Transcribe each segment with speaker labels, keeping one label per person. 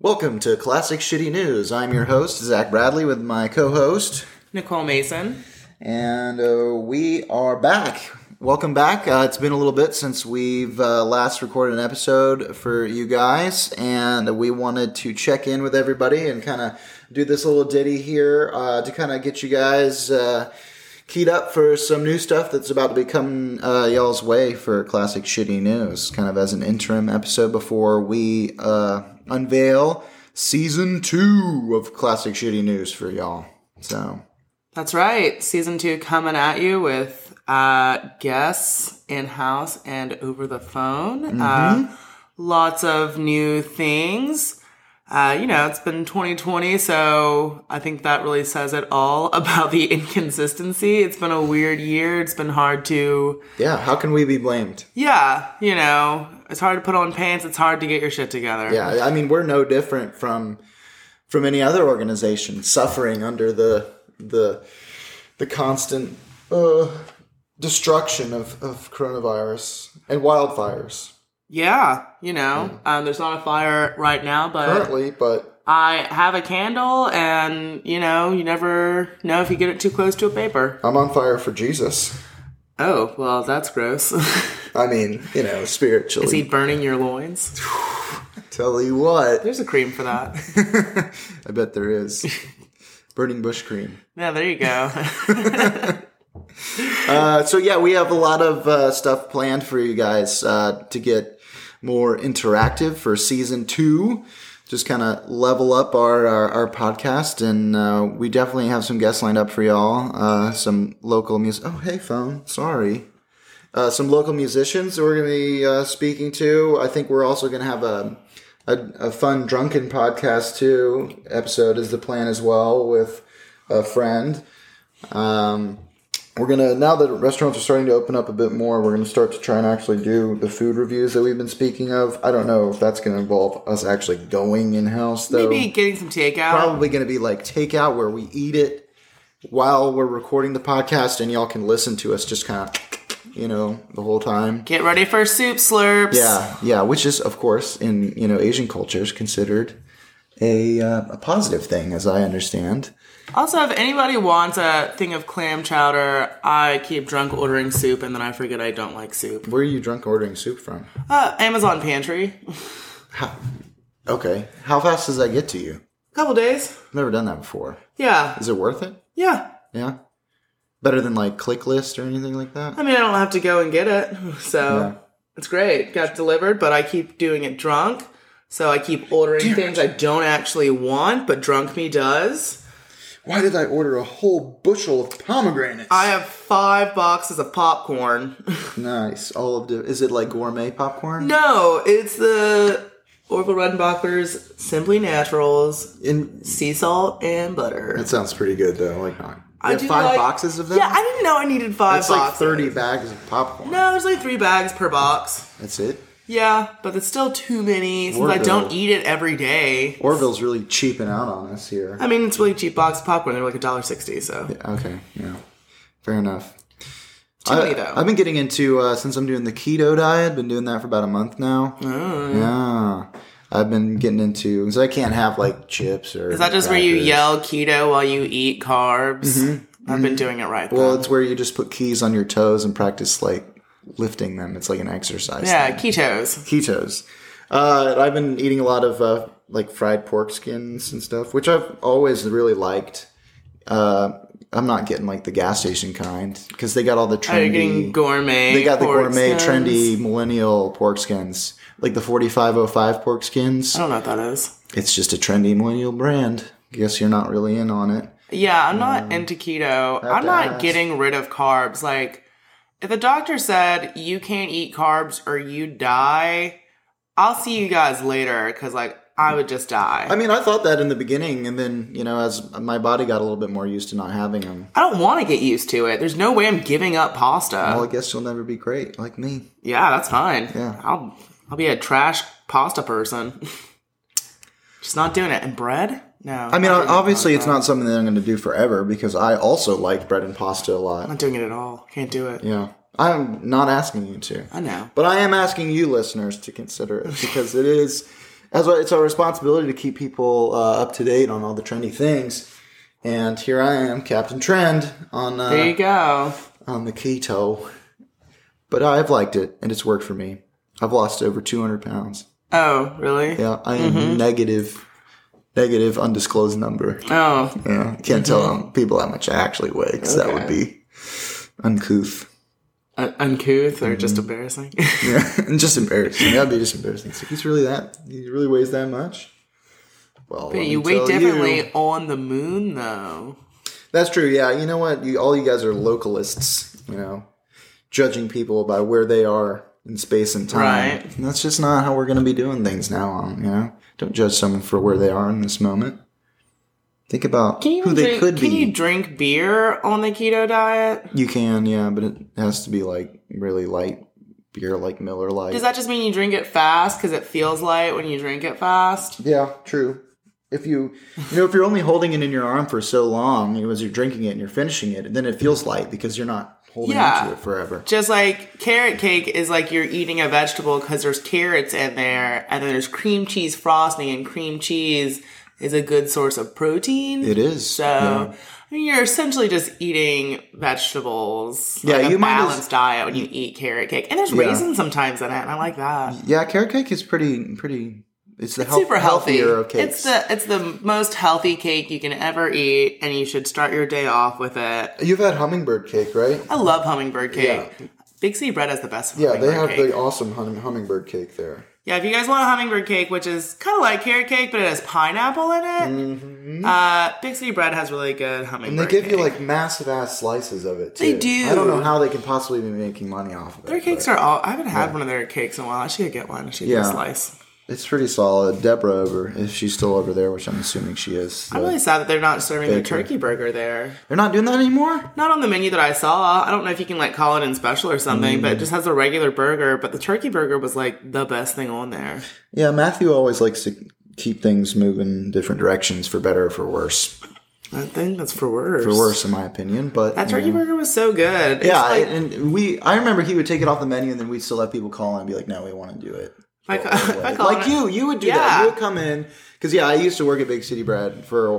Speaker 1: Welcome to Classic Shitty News. I'm your host, Zach Bradley, with my co host,
Speaker 2: Nicole Mason.
Speaker 1: and uh, we are back. Welcome back. Uh, it's been a little bit since we've uh, last recorded an episode for you guys, and we wanted to check in with everybody and kind of do this little ditty here uh, to kind of get you guys uh, keyed up for some new stuff that's about to be coming uh, y'all's way for Classic Shitty News, kind of as an interim episode before we uh, unveil season two of Classic Shitty News for y'all. So.
Speaker 2: That's right. Season two coming at you with uh, guests in house and over the phone. Uh, lots of new things. Uh, you know, it's been 2020, so I think that really says it all about the inconsistency. It's been a weird year. It's been hard to,
Speaker 1: Yeah, how can we be blamed?
Speaker 2: yeah, you know, it's hard to put on pants. It's hard to get your shit together.
Speaker 1: Yeah, I mean we're no different from from any other organization suffering under the the the constant uh, destruction of, of coronavirus and wildfires
Speaker 2: Yeah, you know, um, there's not a fire right now, but.
Speaker 1: currently, but
Speaker 2: I have a candle, and you know, you never know if you get it too close to a paper.
Speaker 1: I'm on fire for Jesus.
Speaker 2: Oh, well, that's gross.
Speaker 1: I mean, you know,
Speaker 2: Is he
Speaker 1: spiritually.
Speaker 2: burning your loins?
Speaker 1: Tell you what,
Speaker 2: There's a cream for that.
Speaker 1: I bet there is burning bush cream.
Speaker 2: Yeah, there you go.
Speaker 1: Uh, so yeah, we have a lot of uh, stuff planned for you guys uh, to get more interactive for season two. Just kind of level up our, our, our podcast, and uh, we definitely have some guests lined up for y'all. Uh, some local music. Oh, hey, phone. Sorry. Uh, some local musicians that we're going to be uh, speaking to. I think we're also going to have a, a a fun drunken podcast too. Episode is the plan as well with a friend. Um, we're gonna now that restaurants are starting to open up a bit more, we're gonna start to try and actually do the food reviews that we've been speaking of. I don't know if that's gonna involve us actually going in house though.
Speaker 2: Maybe getting some takeout.
Speaker 1: Probably gonna be like takeout where we eat it while we're recording the podcast, and y'all can listen to us just kind of, you know, the whole time.
Speaker 2: Get ready for soup slurps.
Speaker 1: Yeah, yeah, which is of course in you know Asian cultures considered a uh, a positive thing, as I understand.
Speaker 2: Also, if anybody wants a thing of clam chowder, I keep drunk ordering soup, and then I forget I don't like soup.
Speaker 1: Where are you drunk ordering soup from?
Speaker 2: Uh, Amazon pantry.
Speaker 1: Okay, how fast does that get to you?
Speaker 2: Couple days.
Speaker 1: I've never done that before.
Speaker 2: Yeah.
Speaker 1: Is it worth it?
Speaker 2: Yeah.
Speaker 1: Yeah. Better than like click list or anything like that?
Speaker 2: I mean, I don't have to go and get it, so
Speaker 1: Yeah.
Speaker 2: it's great. Got delivered, but I keep doing it drunk, so I keep ordering things I don't actually want, but drunk me does.
Speaker 1: Why did I order a whole bushel of pomegranates?
Speaker 2: I have five boxes of popcorn.
Speaker 1: nice. All of the is it like gourmet popcorn?
Speaker 2: no, it's the Orville Redenbacher's Simply Naturals,
Speaker 1: In,
Speaker 2: sea salt and butter.
Speaker 1: that sounds pretty good though. I Like mine.
Speaker 2: I
Speaker 1: You have
Speaker 2: do
Speaker 1: five
Speaker 2: like-
Speaker 1: boxes of them?
Speaker 2: Yeah, I didn't know I needed five
Speaker 1: That's like
Speaker 2: boxes.
Speaker 1: thirty bags of popcorn.
Speaker 2: No, there's like three bags per box.
Speaker 1: That's it.
Speaker 2: Yeah, but that's still too many since I
Speaker 1: Orville.
Speaker 2: don't eat it every day.
Speaker 1: Orville's really cheaping out on us here.
Speaker 2: I mean, it's really cheap box of popcorn. They're like a dollar sixty, so
Speaker 1: Okay, yeah. Fair enough.
Speaker 2: too many though.
Speaker 1: I've been getting into uh, since I'm doing the keto diet. Been doing that for about a month now.
Speaker 2: Oh,
Speaker 1: Yeah, I've been getting into because I can't have like chips or.
Speaker 2: Is that just where you yell keto while you eat carbs? I've been doing it right.
Speaker 1: Mm-hmm. Well,
Speaker 2: Well,
Speaker 1: it's where you just put keys on your toes and practice like lifting them. It's like an exercise.
Speaker 2: yeah, ketos.
Speaker 1: Ketos. Uh, I've been eating a lot of uh, like fried pork skins and stuff, which I've always really liked. Uh, I'm not getting like the gas station kind because they got all the
Speaker 2: They're
Speaker 1: trendy.
Speaker 2: getting gourmet.
Speaker 1: They got the
Speaker 2: pork
Speaker 1: gourmet,
Speaker 2: skins.
Speaker 1: trendy, millennial pork skins, like the 4505 pork skins.
Speaker 2: I don't know what that is.
Speaker 1: It's just a trendy millennial brand. Guess you're not really in on it.
Speaker 2: Yeah, I'm not into keto. I'm
Speaker 1: Mm. to
Speaker 2: not
Speaker 1: ask.
Speaker 2: getting rid of carbs. Like, if the doctor said you can't eat carbs or you die, I'll see you guys later because, like, I would just die.
Speaker 1: I mean, I thought that in the beginning, and then you know, as my body got a little bit more used to not having them,
Speaker 2: I don't want to get used to it. There's no way I'm giving up pasta.
Speaker 1: well, I guess you'll never be great like me.
Speaker 2: Yeah, that's fine.
Speaker 1: Yeah.
Speaker 2: I'll I'll be a trash pasta person. Just not doing it. And bread? No.
Speaker 1: I mean,
Speaker 2: not doing it.
Speaker 1: obviously, it's not something that I'm going to do forever because I also like bread and pasta a
Speaker 2: I'm
Speaker 1: lot.
Speaker 2: not doing it at all. Can't do it.
Speaker 1: Yeah, I'm not asking you to.
Speaker 2: I know.
Speaker 1: But I am asking you, listeners, to consider it because it is That's why it's our responsibility to keep people uh, up to date on all the trendy things. And here I am, Captain Trend, on
Speaker 2: There you
Speaker 1: uh,
Speaker 2: go.
Speaker 1: on the keto. But I've liked it, and it's worked for me. I've lost over 200 pounds.
Speaker 2: Oh, really?
Speaker 1: Yeah, I am negative, negative undisclosed number.
Speaker 2: Oh,
Speaker 1: Yeah, can't
Speaker 2: Mm-hmm.
Speaker 1: tell people how much I actually weigh 'cause that would be uncouth.
Speaker 2: un- uncouth or just
Speaker 1: Mm-hmm.
Speaker 2: embarrassing.
Speaker 1: Yeah, and just embarrassing. That'd be just embarrassing. It's like, he's really that. He really weighs that much. Well, let
Speaker 2: you
Speaker 1: me
Speaker 2: wait
Speaker 1: tell you.
Speaker 2: differently on the moon, though.
Speaker 1: That's true. Yeah, you know what? You, all you guys are localists. You know, judging people by where they are in space and time.
Speaker 2: Right.
Speaker 1: And that's just not how we're going to be doing things now. On you know, don't judge someone for where they are in this moment. Think about
Speaker 2: Can you
Speaker 1: who they
Speaker 2: drink,
Speaker 1: could
Speaker 2: can
Speaker 1: be.
Speaker 2: you drink beer on the keto diet?
Speaker 1: You can, yeah, but it has to be like really light beer, like Miller Lite.
Speaker 2: Does that just mean you drink it fast because it feels light when you drink it fast?
Speaker 1: yeah, true. If you, you know, if you're only holding it in your arm for so long, you know, as you're drinking it and you're finishing it, then it feels light because you're not holding
Speaker 2: Yeah.
Speaker 1: onto it forever.
Speaker 2: Just like carrot cake is like you're eating a vegetable because there's carrots in there, and then there's cream cheese frosting, and cream cheese is a good source of protein.
Speaker 1: It is.
Speaker 2: So I mean, you're essentially just eating vegetables.
Speaker 1: Yeah,
Speaker 2: like a
Speaker 1: you might as-
Speaker 2: balanced diet when you eat carrot cake, and there's
Speaker 1: Yeah.
Speaker 2: raisins sometimes in it, and I like that.
Speaker 1: yeah, carrot cake is pretty, pretty. It's the health,
Speaker 2: Super healthy.
Speaker 1: healthier of cakes.
Speaker 2: It's the it's the most healthy cake you can ever eat, and you should start your day off with it.
Speaker 1: You've had hummingbird cake, right?
Speaker 2: I love hummingbird cake.
Speaker 1: Yeah.
Speaker 2: Big C Bread has the best
Speaker 1: Yeah,
Speaker 2: hummingbird
Speaker 1: they have
Speaker 2: cake.
Speaker 1: the awesome hum- hummingbird cake there.
Speaker 2: yeah, if you guys want a hummingbird cake, which is kind of like carrot cake, but it has pineapple in it, uh, Big C Bread has really good hummingbird
Speaker 1: Mm-hmm. And they give
Speaker 2: cake.
Speaker 1: you like massive ass slices of it too.
Speaker 2: They
Speaker 1: I don't
Speaker 2: do.
Speaker 1: know how they can possibly be making money off of it.
Speaker 2: Their cakes
Speaker 1: but
Speaker 2: are all. I haven't had one of their cakes in a while. I should get one. I should
Speaker 1: Yeah.
Speaker 2: get a slice.
Speaker 1: It's pretty solid. Deborah over, if she's still over there, which I'm assuming she is.
Speaker 2: I'm
Speaker 1: the-
Speaker 2: really sad that they're not serving the
Speaker 1: Baker.
Speaker 2: turkey burger there.
Speaker 1: They're not doing that anymore.
Speaker 2: Not on the menu that I saw. I don't know if you can like call it in special or something,
Speaker 1: Mm.
Speaker 2: but it just has a regular burger. But the turkey burger was like the best thing on there.
Speaker 1: Yeah, Matthew always likes to keep things moving different directions for better or for worse.
Speaker 2: I think that's for worse.
Speaker 1: For worse, in my opinion. But
Speaker 2: That
Speaker 1: you
Speaker 2: turkey
Speaker 1: know.
Speaker 2: burger was so good. It's
Speaker 1: Yeah,
Speaker 2: like-
Speaker 1: and we. I remember he would take it off the menu, and then we'd still let people call in and be like, "No, we want to do it."
Speaker 2: If I, ca- if I call
Speaker 1: like
Speaker 2: it-
Speaker 1: you, you would do that.
Speaker 2: Yeah.
Speaker 1: You would come in because yeah, I used to work at Big City Bread for a,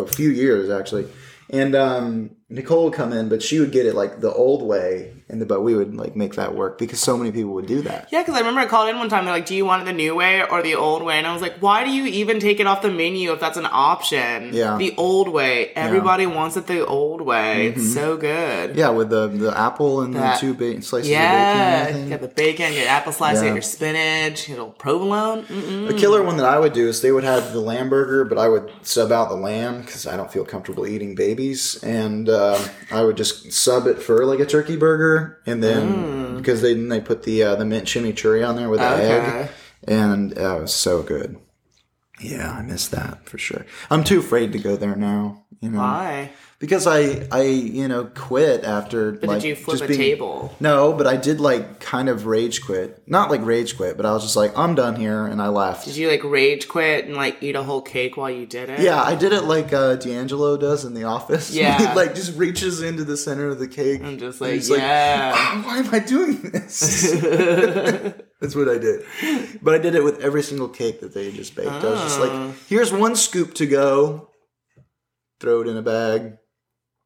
Speaker 1: a few years actually, and um, Nicole would come in, but she would get it like the old way, and the, but we would like make that work because so many people would do that.
Speaker 2: Yeah, because I remember I called in one time. They're like, "Do you want it the new way or the old way?" And I was like, "Why do you even take it off the menu if that's an option?"
Speaker 1: Yeah.
Speaker 2: the old way. Everybody wants it the old way. It's so good.
Speaker 1: Mm-hmm. Yeah, with the the apple and
Speaker 2: That-
Speaker 1: the two ba- slices
Speaker 2: Yeah,
Speaker 1: of bacon.
Speaker 2: you
Speaker 1: And
Speaker 2: got
Speaker 1: everything.
Speaker 2: the bacon, you got apple slice, you
Speaker 1: Yeah.
Speaker 2: got your spinach, you got provolone. Mm-mm.
Speaker 1: The killer one that I would do is they would have the lamb burger, but I would sub out the lamb because I don't feel comfortable eating babies, and uh, I would just sub it for like a turkey burger, and then
Speaker 2: Mm.
Speaker 1: because they then they put the uh, the mint chimichurri on there with the
Speaker 2: Okay.
Speaker 1: egg, and uh, it was so good. Yeah, I miss that for sure. I'm too afraid to go there now, you know,
Speaker 2: Why?
Speaker 1: because I I you know quit after.
Speaker 2: But
Speaker 1: like,
Speaker 2: did you flip
Speaker 1: just
Speaker 2: a
Speaker 1: being-
Speaker 2: table?
Speaker 1: No, but I did like kind of rage quit. Not like rage quit, but I was just like, I'm done here, and I left.
Speaker 2: Did you like rage quit and like eat a whole cake while you did it?
Speaker 1: Yeah, I did it like uh, D'Angelo does in The Office.
Speaker 2: Yeah.
Speaker 1: he, like just reaches into the center of the cake.
Speaker 2: I'm just
Speaker 1: and
Speaker 2: like,
Speaker 1: he's "Ah,
Speaker 2: yeah.
Speaker 1: Why am I doing this? That's what I did. But I did it with every single cake that they just baked. I was just
Speaker 2: Ah.
Speaker 1: like, here's one scoop to go. Throw it in a bag.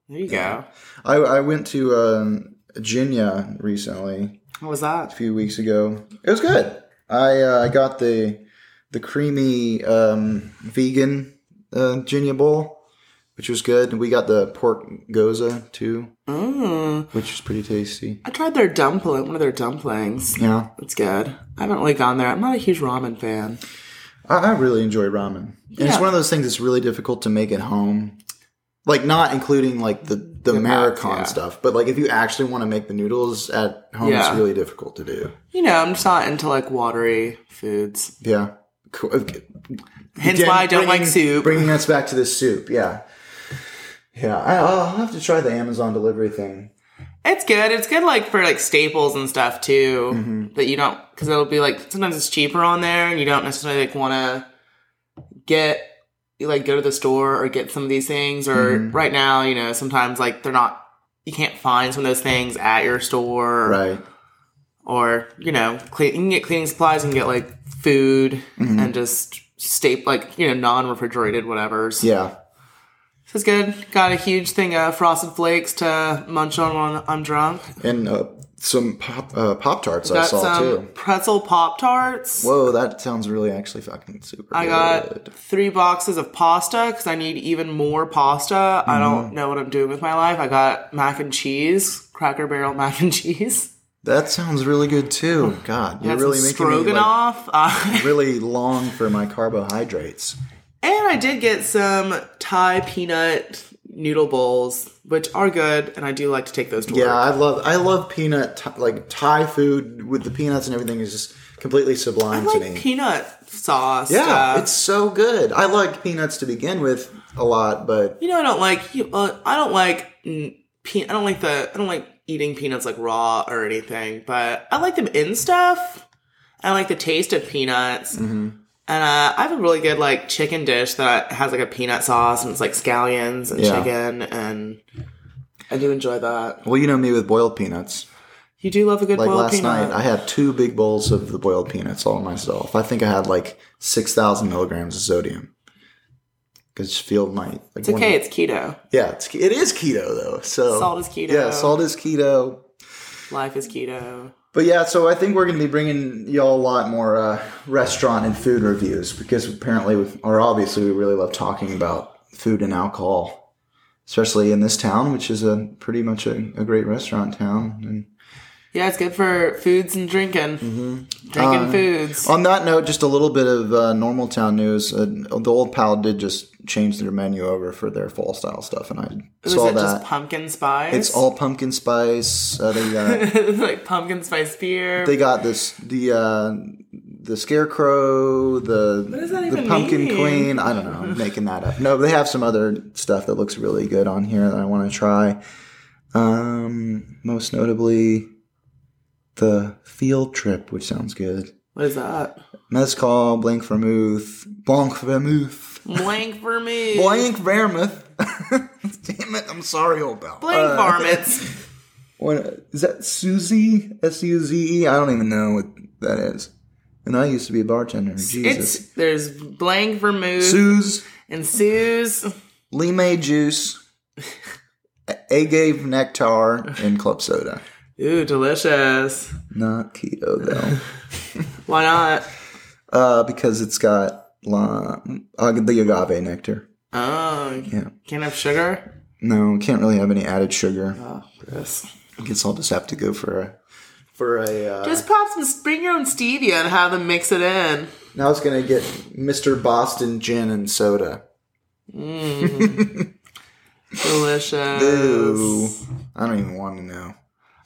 Speaker 2: there you go.
Speaker 1: I, I went to um, Virginia recently,
Speaker 2: What was
Speaker 1: a
Speaker 2: that?
Speaker 1: few weeks ago. It was good. I uh, I got the the creamy um, vegan uh, Ginia bowl, which was good. And we got the pork goza too,
Speaker 2: Mm.
Speaker 1: which was pretty tasty.
Speaker 2: I tried their dumpling, one of their dumplings.
Speaker 1: Yeah,
Speaker 2: That's good. I haven't really gone there. I'm not a huge ramen fan.
Speaker 1: I, I really enjoy ramen. And It's
Speaker 2: Yeah.
Speaker 1: one of those things that's really difficult to make at home, like not including like the the American
Speaker 2: yeah.
Speaker 1: stuff, but like if you actually want to make the noodles at home, it's
Speaker 2: Yeah.
Speaker 1: really difficult to do.
Speaker 2: You know, I'm just not into like watery foods.
Speaker 1: Yeah. Cool. Okay.
Speaker 2: Hence
Speaker 1: Again,
Speaker 2: why I don't
Speaker 1: bringing-
Speaker 2: like soup.
Speaker 1: Bringing us back to this soup, yeah, yeah. I, I'll have to try the Amazon delivery thing.
Speaker 2: It's good. It's good, like for like staples and stuff too. That you don't, because it'll be like sometimes it's cheaper on there, and you don't necessarily like want to get you like go to the store or get some of these things. Or right now, you know, sometimes like they're not, you can't find some of those things at your store
Speaker 1: Right.
Speaker 2: or you know, clean, you can get cleaning supplies. You can get like food and just staple like you know non-refrigerated whatever's.
Speaker 1: Yeah.
Speaker 2: So it's good. Got a huge thing of frosted flakes to munch on when I'm drunk.
Speaker 1: And uh, some pop uh, pop tarts I
Speaker 2: Got
Speaker 1: saw
Speaker 2: some
Speaker 1: too.
Speaker 2: pretzel pop tarts.
Speaker 1: Whoa, that sounds really actually fucking super.
Speaker 2: I got three boxes of pasta because I need even more pasta.
Speaker 1: Mm-hmm.
Speaker 2: I don't know what I'm doing with my life. I got mac and cheese, Cracker Barrel mac and cheese.
Speaker 1: That sounds really good too. God, you're
Speaker 2: Got
Speaker 1: really
Speaker 2: some
Speaker 1: making me like,
Speaker 2: stroganoff. Uh,
Speaker 1: really long for my carbohydrates.
Speaker 2: and I did get some Thai peanut noodle bowls, which are good, and I do like to take those to
Speaker 1: Yeah,
Speaker 2: work.
Speaker 1: I love I love peanut Th- like Thai food with the peanuts and everything is just completely sublime
Speaker 2: I
Speaker 1: to me.
Speaker 2: like peanut sauce.
Speaker 1: yeah,
Speaker 2: uh,
Speaker 1: it's so good. I like peanuts to begin with a lot, but
Speaker 2: You know, I don't like. You, uh, I don't like. Mm, pe- I don't like the. I don't like eating peanuts like raw or anything. But I like them in stuff. I like the taste of peanuts.
Speaker 1: Mm-hmm.
Speaker 2: And uh, I have a really good like chicken dish that has like a peanut sauce and it's like scallions and
Speaker 1: Yeah.
Speaker 2: chicken and I do enjoy that.
Speaker 1: well, you know me with boiled peanuts.
Speaker 2: You do love a good
Speaker 1: Like
Speaker 2: boiled
Speaker 1: last
Speaker 2: peanut.
Speaker 1: night, I had two big bowls of the boiled peanuts all myself. I think I had like six thousand milligrams of sodium. Because feel my like
Speaker 2: it's okay. It's keto.
Speaker 1: Yeah, it's, it is keto though. So
Speaker 2: Salt is keto.
Speaker 1: Oh. Yeah, salt is keto.
Speaker 2: Life is keto.
Speaker 1: But yeah, so I think we're going to be bringing y'all a lot more uh, restaurant and food reviews because apparently, we or obviously, we really love talking about food and alcohol, especially in this town, which is a pretty much a, a great restaurant town. And
Speaker 2: Yeah, it's good for foods and drinking.
Speaker 1: Mm-hmm.
Speaker 2: Drinking
Speaker 1: Uh,
Speaker 2: foods.
Speaker 1: on that note, just a little bit of uh, normal town news. Uh, the Old Pal did just change their menu over for their fall style stuff, and I
Speaker 2: Is
Speaker 1: saw
Speaker 2: it
Speaker 1: that.
Speaker 2: just pumpkin spice?
Speaker 1: it's all pumpkin spice. Uh, they got
Speaker 2: like pumpkin spice beer.
Speaker 1: they got this the uh the scarecrow the
Speaker 2: does that
Speaker 1: the
Speaker 2: even
Speaker 1: pumpkin
Speaker 2: mean?
Speaker 1: queen i don't know i'm making that up no they have some other stuff that looks really good on here that i want to try um most notably the field trip which sounds good
Speaker 2: what is that?
Speaker 1: mezcal blanc vermouth blanc vermouth
Speaker 2: Blank vermouth.
Speaker 1: blanc vermouth damn it i'm sorry old pal
Speaker 2: Blank
Speaker 1: Uh,
Speaker 2: varmints.
Speaker 1: What is that? Susie S U Z E. I don't even know what that is. And I used to be a bartender. Jesus.
Speaker 2: It's there's blank vermouth
Speaker 1: Suze
Speaker 2: and Sue's.
Speaker 1: lime juice, agave nectar, and club soda.
Speaker 2: Ooh, delicious.
Speaker 1: Not keto though,
Speaker 2: Why not?
Speaker 1: uh, because it's got lime, uh, the agave nectar.
Speaker 2: Oh,
Speaker 1: Yeah.
Speaker 2: can't have sugar.
Speaker 1: No, can't really have any added sugar.
Speaker 2: Oh, gross.
Speaker 1: I guess I'll just have to go for a for a. Uh,
Speaker 2: Just pop some, bring your own stevia and have them mix it in.
Speaker 1: now it's gonna get Mr. Boston gin and soda.
Speaker 2: Delicious.
Speaker 1: Ooh, I don't even want to know.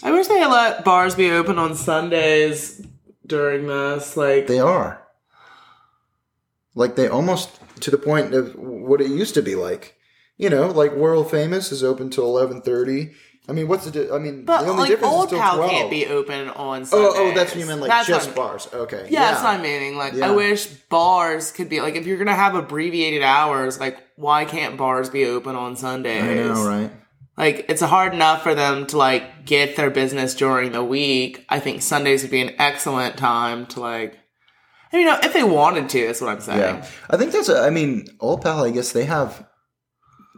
Speaker 2: I wish they had let bars be open on Sundays during this. Like,
Speaker 1: They are. Like they almost to the point of what it used to be like. You know, like world famous is open till eleven thirty. I mean, what's the? Di- I mean,
Speaker 2: but
Speaker 1: the only
Speaker 2: like
Speaker 1: difference is
Speaker 2: old
Speaker 1: till
Speaker 2: pal
Speaker 1: twelve.
Speaker 2: can't be open on Sundays.
Speaker 1: oh, oh, that's what you meant, like
Speaker 2: That's
Speaker 1: just
Speaker 2: what-
Speaker 1: bars. Okay,
Speaker 2: Yeah, that's what I'm meaning. Like,
Speaker 1: Yeah.
Speaker 2: I wish bars could be like if you're gonna have abbreviated hours, like why can't bars be open on Sundays?
Speaker 1: I know, right?
Speaker 2: Like, it's hard enough for them to like get their business during the week. I think Sundays would be an excellent time to like, I mean, you know, if they wanted to, is what I'm saying.
Speaker 1: Yeah, I think that's. A, I mean, old pal. I guess they have,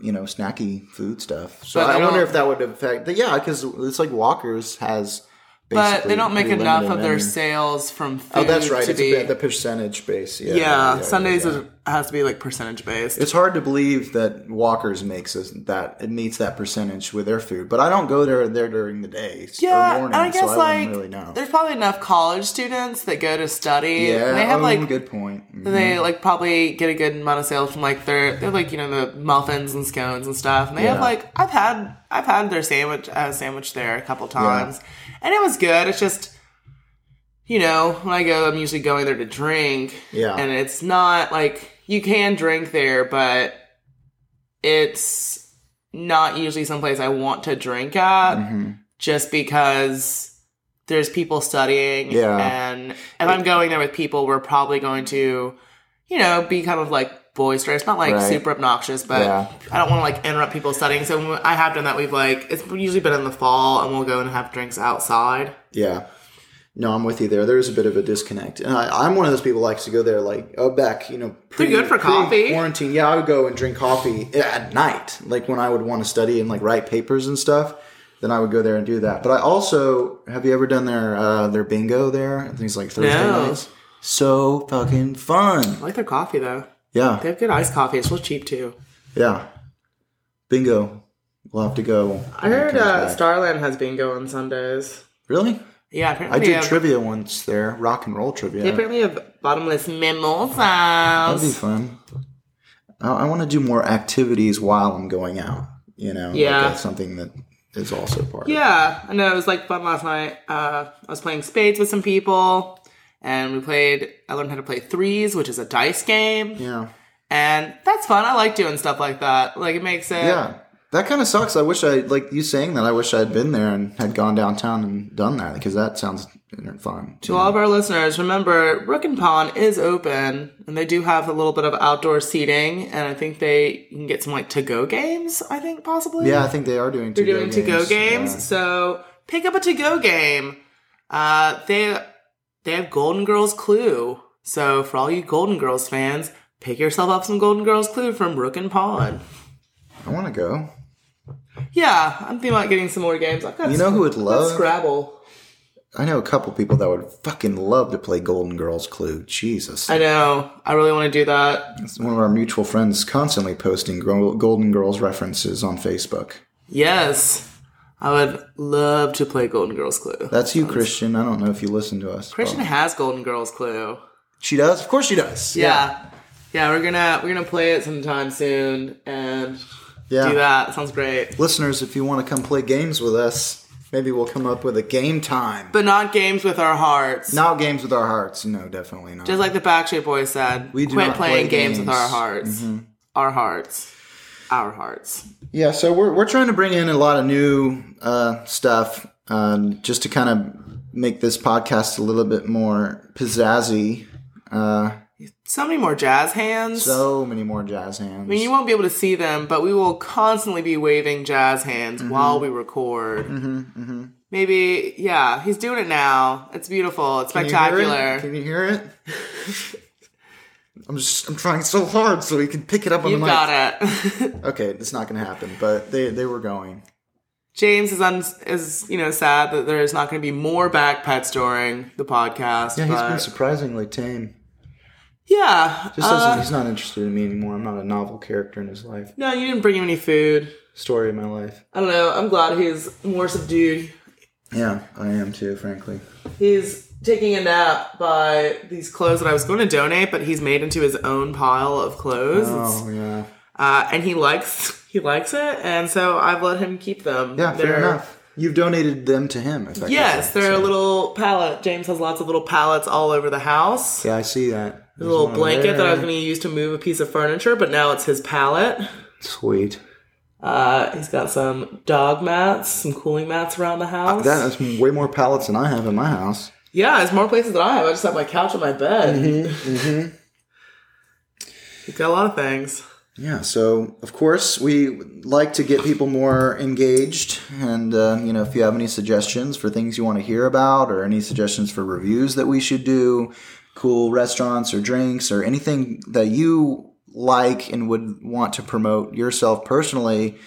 Speaker 1: you know, snacky food stuff. So
Speaker 2: But
Speaker 1: I
Speaker 2: they
Speaker 1: wonder
Speaker 2: don't-
Speaker 1: if that would affect. But yeah, because it's like Walkers has.
Speaker 2: But they don't make
Speaker 1: basically
Speaker 2: enough
Speaker 1: limited
Speaker 2: of their
Speaker 1: menu.
Speaker 2: sales from food
Speaker 1: Oh, that's right.
Speaker 2: to
Speaker 1: It's
Speaker 2: be.
Speaker 1: a bit, the percentage base. Yeah,
Speaker 2: yeah,
Speaker 1: yeah,
Speaker 2: Sundays
Speaker 1: yeah.
Speaker 2: Is, has to be like percentage based.
Speaker 1: It's hard to believe that Walker's makes us that it meets that percentage with their food, but I don't go there there during the day s-
Speaker 2: Yeah,
Speaker 1: or
Speaker 2: and
Speaker 1: morning,
Speaker 2: I guess
Speaker 1: so I
Speaker 2: like
Speaker 1: wouldn't really know.
Speaker 2: there's probably enough college students that go to study.
Speaker 1: Yeah,
Speaker 2: and they have
Speaker 1: oh,
Speaker 2: like
Speaker 1: good point. Mhm.
Speaker 2: they like probably get a good amount of sales from like their they're like you know the muffins and scones and stuff. And they have
Speaker 1: Yeah.
Speaker 2: like I've had I've had their sandwich uh, sandwich there a couple times, and it was good. It's just you know when I go, I'm usually going there to drink.
Speaker 1: Yeah.
Speaker 2: and it's not like you can drink there, but it's not usually someplace I want to drink at
Speaker 1: Mm-hmm.
Speaker 2: just because there's people studying.
Speaker 1: Yeah.
Speaker 2: And if I'm going there with people, we're probably going to, you know, be kind of like boisterous, not like
Speaker 1: Right.
Speaker 2: super obnoxious, but
Speaker 1: Yeah.
Speaker 2: I don't want to like interrupt people studying. So when I have done that. We've like, it's usually been in the fall and we'll go and have drinks outside.
Speaker 1: Yeah. No, I'm with you there. There's a bit of a disconnect, and I, I'm one of those people who likes to go there like oh back, you know. Pre,
Speaker 2: good for coffee.
Speaker 1: Quarantine, yeah, I would go and drink coffee at night, like when I would want to study and like write papers and stuff. Then I would go there and do that. But I also have you ever done their uh, their bingo there? I think it's like Thursday
Speaker 2: No.
Speaker 1: nights. So fucking fun.
Speaker 2: I like their coffee though. They
Speaker 1: Yeah,
Speaker 2: have good iced coffee. It's real cheap too.
Speaker 1: yeah. Bingo. We'll have to go.
Speaker 2: I heard uh, Starland has bingo on Sundays.
Speaker 1: Really?
Speaker 2: Yeah,
Speaker 1: I
Speaker 2: apparently they
Speaker 1: did
Speaker 2: have,
Speaker 1: trivia once there, rock and roll
Speaker 2: they
Speaker 1: trivia.
Speaker 2: apparently have bottomless
Speaker 1: That'd be
Speaker 2: mimosas.
Speaker 1: fun. I, I want to do more activities while I'm going out. You know, like,
Speaker 2: Yeah.
Speaker 1: that's something that is also part. of it.
Speaker 2: Yeah, I know it was like fun last night. Uh, I was playing spades with some people, and we played. I learned how to play threes, which is a dice game,
Speaker 1: yeah,
Speaker 2: and that's fun. I like doing stuff like that. Like it makes it.
Speaker 1: yeah. That kind of sucks. I wish I like you saying that. I wish I'd been there and had gone downtown and done that because that sounds fun.
Speaker 2: To all of our listeners, remember Rook and Pond is open, and they do have a little bit of outdoor seating, and I think they you can get some like to go games. I think possibly.
Speaker 1: Yeah, I think they are doing.
Speaker 2: they're doing to go games.
Speaker 1: Yeah.
Speaker 2: So pick up a to go game. Uh, they they have Golden Girls Clue. So for all you Golden Girls fans, pick yourself up some Golden Girls Clue from Brook and Pond.
Speaker 1: I want to go.
Speaker 2: Yeah, I'm thinking about getting some more games. I've got
Speaker 1: You know who would
Speaker 2: I've got
Speaker 1: love?
Speaker 2: Scrabble.
Speaker 1: I know a couple people that would fucking love to play Golden Girls Clue. Jesus,
Speaker 2: I know. I really want to do that.
Speaker 1: It's one of our mutual friends constantly posting Gro- Golden Girls references on Facebook.
Speaker 2: Yes, I would love to play Golden Girls Clue.
Speaker 1: That's you, Christian. I don't know if you listen to us.
Speaker 2: Christian has Golden Girls Clue.
Speaker 1: She does? Of course she does.
Speaker 2: Yeah. yeah, We're gonna we're gonna play it sometime soon and
Speaker 1: Yeah.
Speaker 2: do that. Sounds great.
Speaker 1: Listeners, if you want to come play games with us, maybe we'll come up with a game time.
Speaker 2: but not games with our hearts.
Speaker 1: not games with our hearts. No, definitely not.
Speaker 2: Just like the Backstreet Boys said,
Speaker 1: We do
Speaker 2: quit
Speaker 1: not
Speaker 2: playing
Speaker 1: play
Speaker 2: games with
Speaker 1: games. Mm-hmm.
Speaker 2: our hearts. Our hearts. Our hearts.
Speaker 1: Yeah, so we're, we're trying to bring in a lot of new uh, stuff um, just to kind of make this podcast a little bit more pizzazzy. Uh,
Speaker 2: So many more jazz hands.
Speaker 1: so many more jazz hands.
Speaker 2: I mean, you won't be able to see them, but we will constantly be waving jazz hands
Speaker 1: Mm-hmm.
Speaker 2: while we record. Maybe, yeah, he's doing it now. It's beautiful. It's
Speaker 1: Can you hear it?
Speaker 2: spectacular.
Speaker 1: Can you hear it? I'm just I'm trying so hard so we can pick it up on
Speaker 2: You
Speaker 1: the
Speaker 2: have
Speaker 1: mic.
Speaker 2: got it.
Speaker 1: Okay, it's not gonna happen, but they they were going.
Speaker 2: James is un- is you know sad that there's not going to be more backpets during the podcast.
Speaker 1: Yeah, he's
Speaker 2: but-
Speaker 1: been surprisingly tame.
Speaker 2: yeah.
Speaker 1: Just
Speaker 2: uh,
Speaker 1: doesn't he's not interested in me anymore. I'm not a novel character in his life.
Speaker 2: no, you didn't bring him any food.
Speaker 1: Story of my life.
Speaker 2: I don't know. I'm glad he's more subdued.
Speaker 1: Yeah, I am too, frankly.
Speaker 2: He's taking a nap by these clothes that I was going to donate, but he's made into his own pile of clothes, It's-
Speaker 1: Oh yeah.
Speaker 2: uh, and he likes he likes it, and so I've let him keep them.
Speaker 1: Yeah, fair
Speaker 2: They're-
Speaker 1: enough. You've donated them to him, effectively.
Speaker 2: Yes, they're a little pallet. James has lots of little pallets all over the house.
Speaker 1: Yeah, I see that.
Speaker 2: A little blanket that I was going to use to move a piece of furniture, but now it's his pallet.
Speaker 1: Sweet.
Speaker 2: Uh, he's got some dog mats, some cooling mats around the house.
Speaker 1: Uh, That is way more pallets than I have in my house.
Speaker 2: Yeah, it's more places than I have. I just have my couch and my bed.
Speaker 1: Mm-hmm,
Speaker 2: You've got a lot of things.
Speaker 1: Yeah, so of course we like to get people more engaged, and uh, you know if you have any suggestions for things you want to hear about, or any suggestions for reviews that we should do, cool restaurants or drinks or anything that you like and would want to promote yourself personally,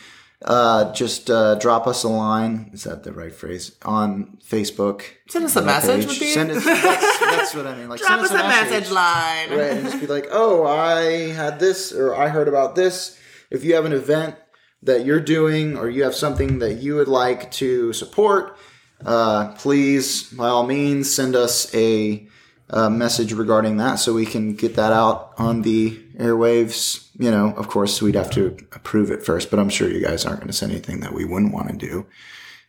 Speaker 1: uh, just uh, drop us a line. Is that the right phrase on Facebook?
Speaker 2: Send us a
Speaker 1: That page.
Speaker 2: message. Would be
Speaker 1: Send us. That's, that's what I mean. Like
Speaker 2: drop
Speaker 1: send
Speaker 2: us a message line.
Speaker 1: right? And just be like, oh, I had this or I heard about this. If you have an event that you're doing or you have something that you would like to support, uh, please, by all means, send us a, uh message regarding that so we can get that out on the airwaves. You know, of course, we'd have to approve it first, but I'm sure you guys aren't going to send anything that we wouldn't want to do.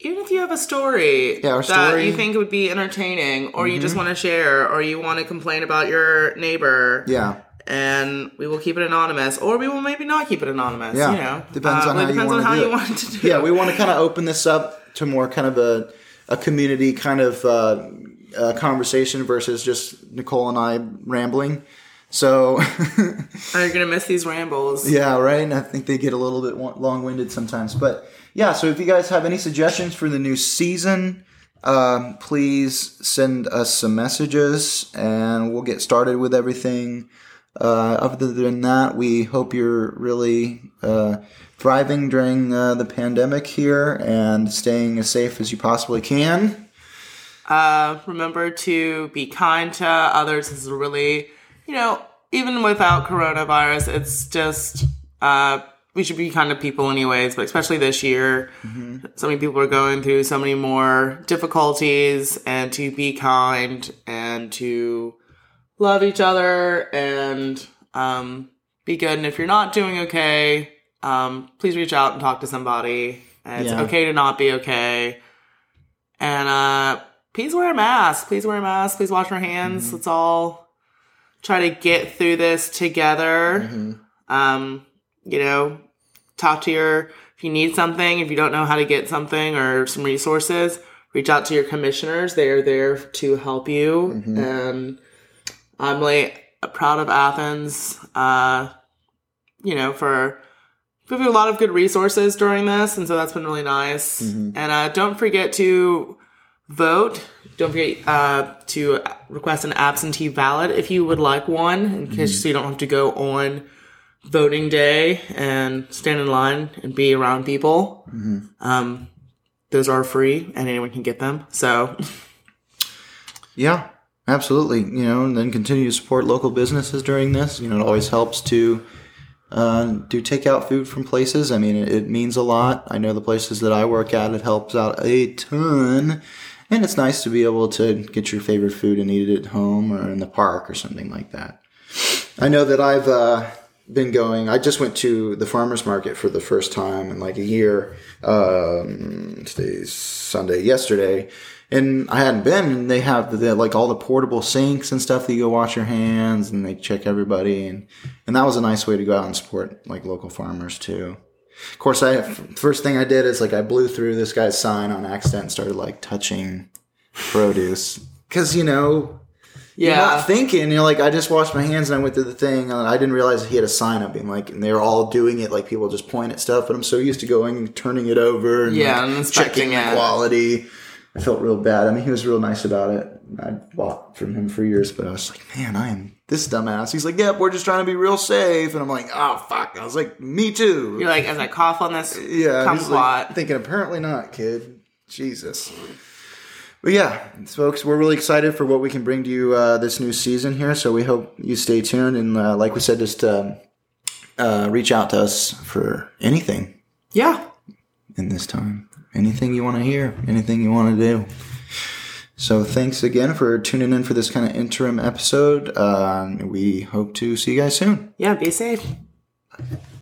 Speaker 2: Even if you have a story
Speaker 1: Yeah, our
Speaker 2: that
Speaker 1: story- Mm-hmm.
Speaker 2: you think would be entertaining, or you just want to share, or you want to complain about your neighbor,
Speaker 1: Yeah.
Speaker 2: and we will keep it anonymous, or we will maybe not keep it anonymous.
Speaker 1: Yeah.
Speaker 2: You know, Uh,
Speaker 1: Depends on
Speaker 2: it
Speaker 1: how you
Speaker 2: depends on
Speaker 1: wanna
Speaker 2: how
Speaker 1: do
Speaker 2: you
Speaker 1: it.
Speaker 2: want to do.
Speaker 1: yeah,
Speaker 2: it.
Speaker 1: we want to kind of open this up to more kind of a, a community kind of uh, uh, conversation versus just Nicole and I rambling. So,
Speaker 2: Oh, you're gonna miss these rambles.
Speaker 1: yeah, right. And I think they get a little bit long winded sometimes. But yeah, so if you guys have any suggestions for the new season, uh, please send us some messages and we'll get started with everything. Uh, other than that, we hope you're really uh, thriving during uh, the pandemic here and staying as safe as you possibly can.
Speaker 2: Uh, remember to be kind to others. This is really, you know, even without coronavirus, it's just uh, we should be kind to people anyways. But especially this year, so many people are going through so many more difficulties, and to be kind and to love each other and um, be good. And if you're not doing okay, um, please reach out and talk to somebody. And
Speaker 1: Yeah.
Speaker 2: It's okay to not be okay. And uh, please wear a mask. Please wear a mask. Please wash your hands. Let's all try to get through this together. Um, you know, talk to your if you need something, if you don't know how to get something or some resources, reach out to your commissioners. They are there to help you. And I'm really proud of Athens. Uh, you know, for we have a lot of good resources during this, and so that's been really nice. And uh, don't forget to vote. Don't forget uh, to request an absentee ballot if you would like one, in case so you don't have to go on voting day and stand in line and be around people.
Speaker 1: Mm-hmm.
Speaker 2: Um, those are free, and anyone can get them. So
Speaker 1: Yeah, absolutely. You know, and then continue to support local businesses during this. You know, it always helps to uh, do takeout food from places. I mean, it, it means a lot. I know the places that I work at, it helps out a ton. And it's nice to be able to get your favorite food and eat it at home or in the park or something like that. I know that I've uh, been going. I just went to the farmers market for the first time in like a year. Um, today's Sunday, yesterday, and I hadn't been. And they have the, like all the portable sinks and stuff that you go wash your hands, and they check everybody, and and that was a nice way to go out and support like local farmers too. Of course, I first thing I did is like I blew through this guy's sign on accident, and started like touching produce because you know
Speaker 2: yeah,
Speaker 1: you're not thinking. You're like, I just washed my hands and I went through the thing. And I didn't realize he had a sign up being like, and they were all doing it. Like people just point at stuff, but I'm so used to going and turning it over and,
Speaker 2: Yeah,
Speaker 1: like,
Speaker 2: and inspecting
Speaker 1: checking the
Speaker 2: it.
Speaker 1: quality. I felt real bad. I mean, he was real nice about it. I bought from him for years, but I was like, man, I am this dumbass. He's like, yep, we're just trying to be real safe. And I'm like, oh, fuck. I was like, me too.
Speaker 2: you're like as I cough on this
Speaker 1: Yeah, he's like
Speaker 2: kumquat.
Speaker 1: thinking apparently not, kid. Jesus. But yeah, folks, we're really excited for what we can bring to you uh, this new season here. So we hope you stay tuned and, uh, like we said, just um, uh, reach out to us for anything
Speaker 2: yeah.
Speaker 1: in this time, anything you want to hear, anything you want to do. So thanks again for tuning in for this kind of Uh, interim episode. Um, we hope to see you guys soon.
Speaker 2: Yeah, be safe.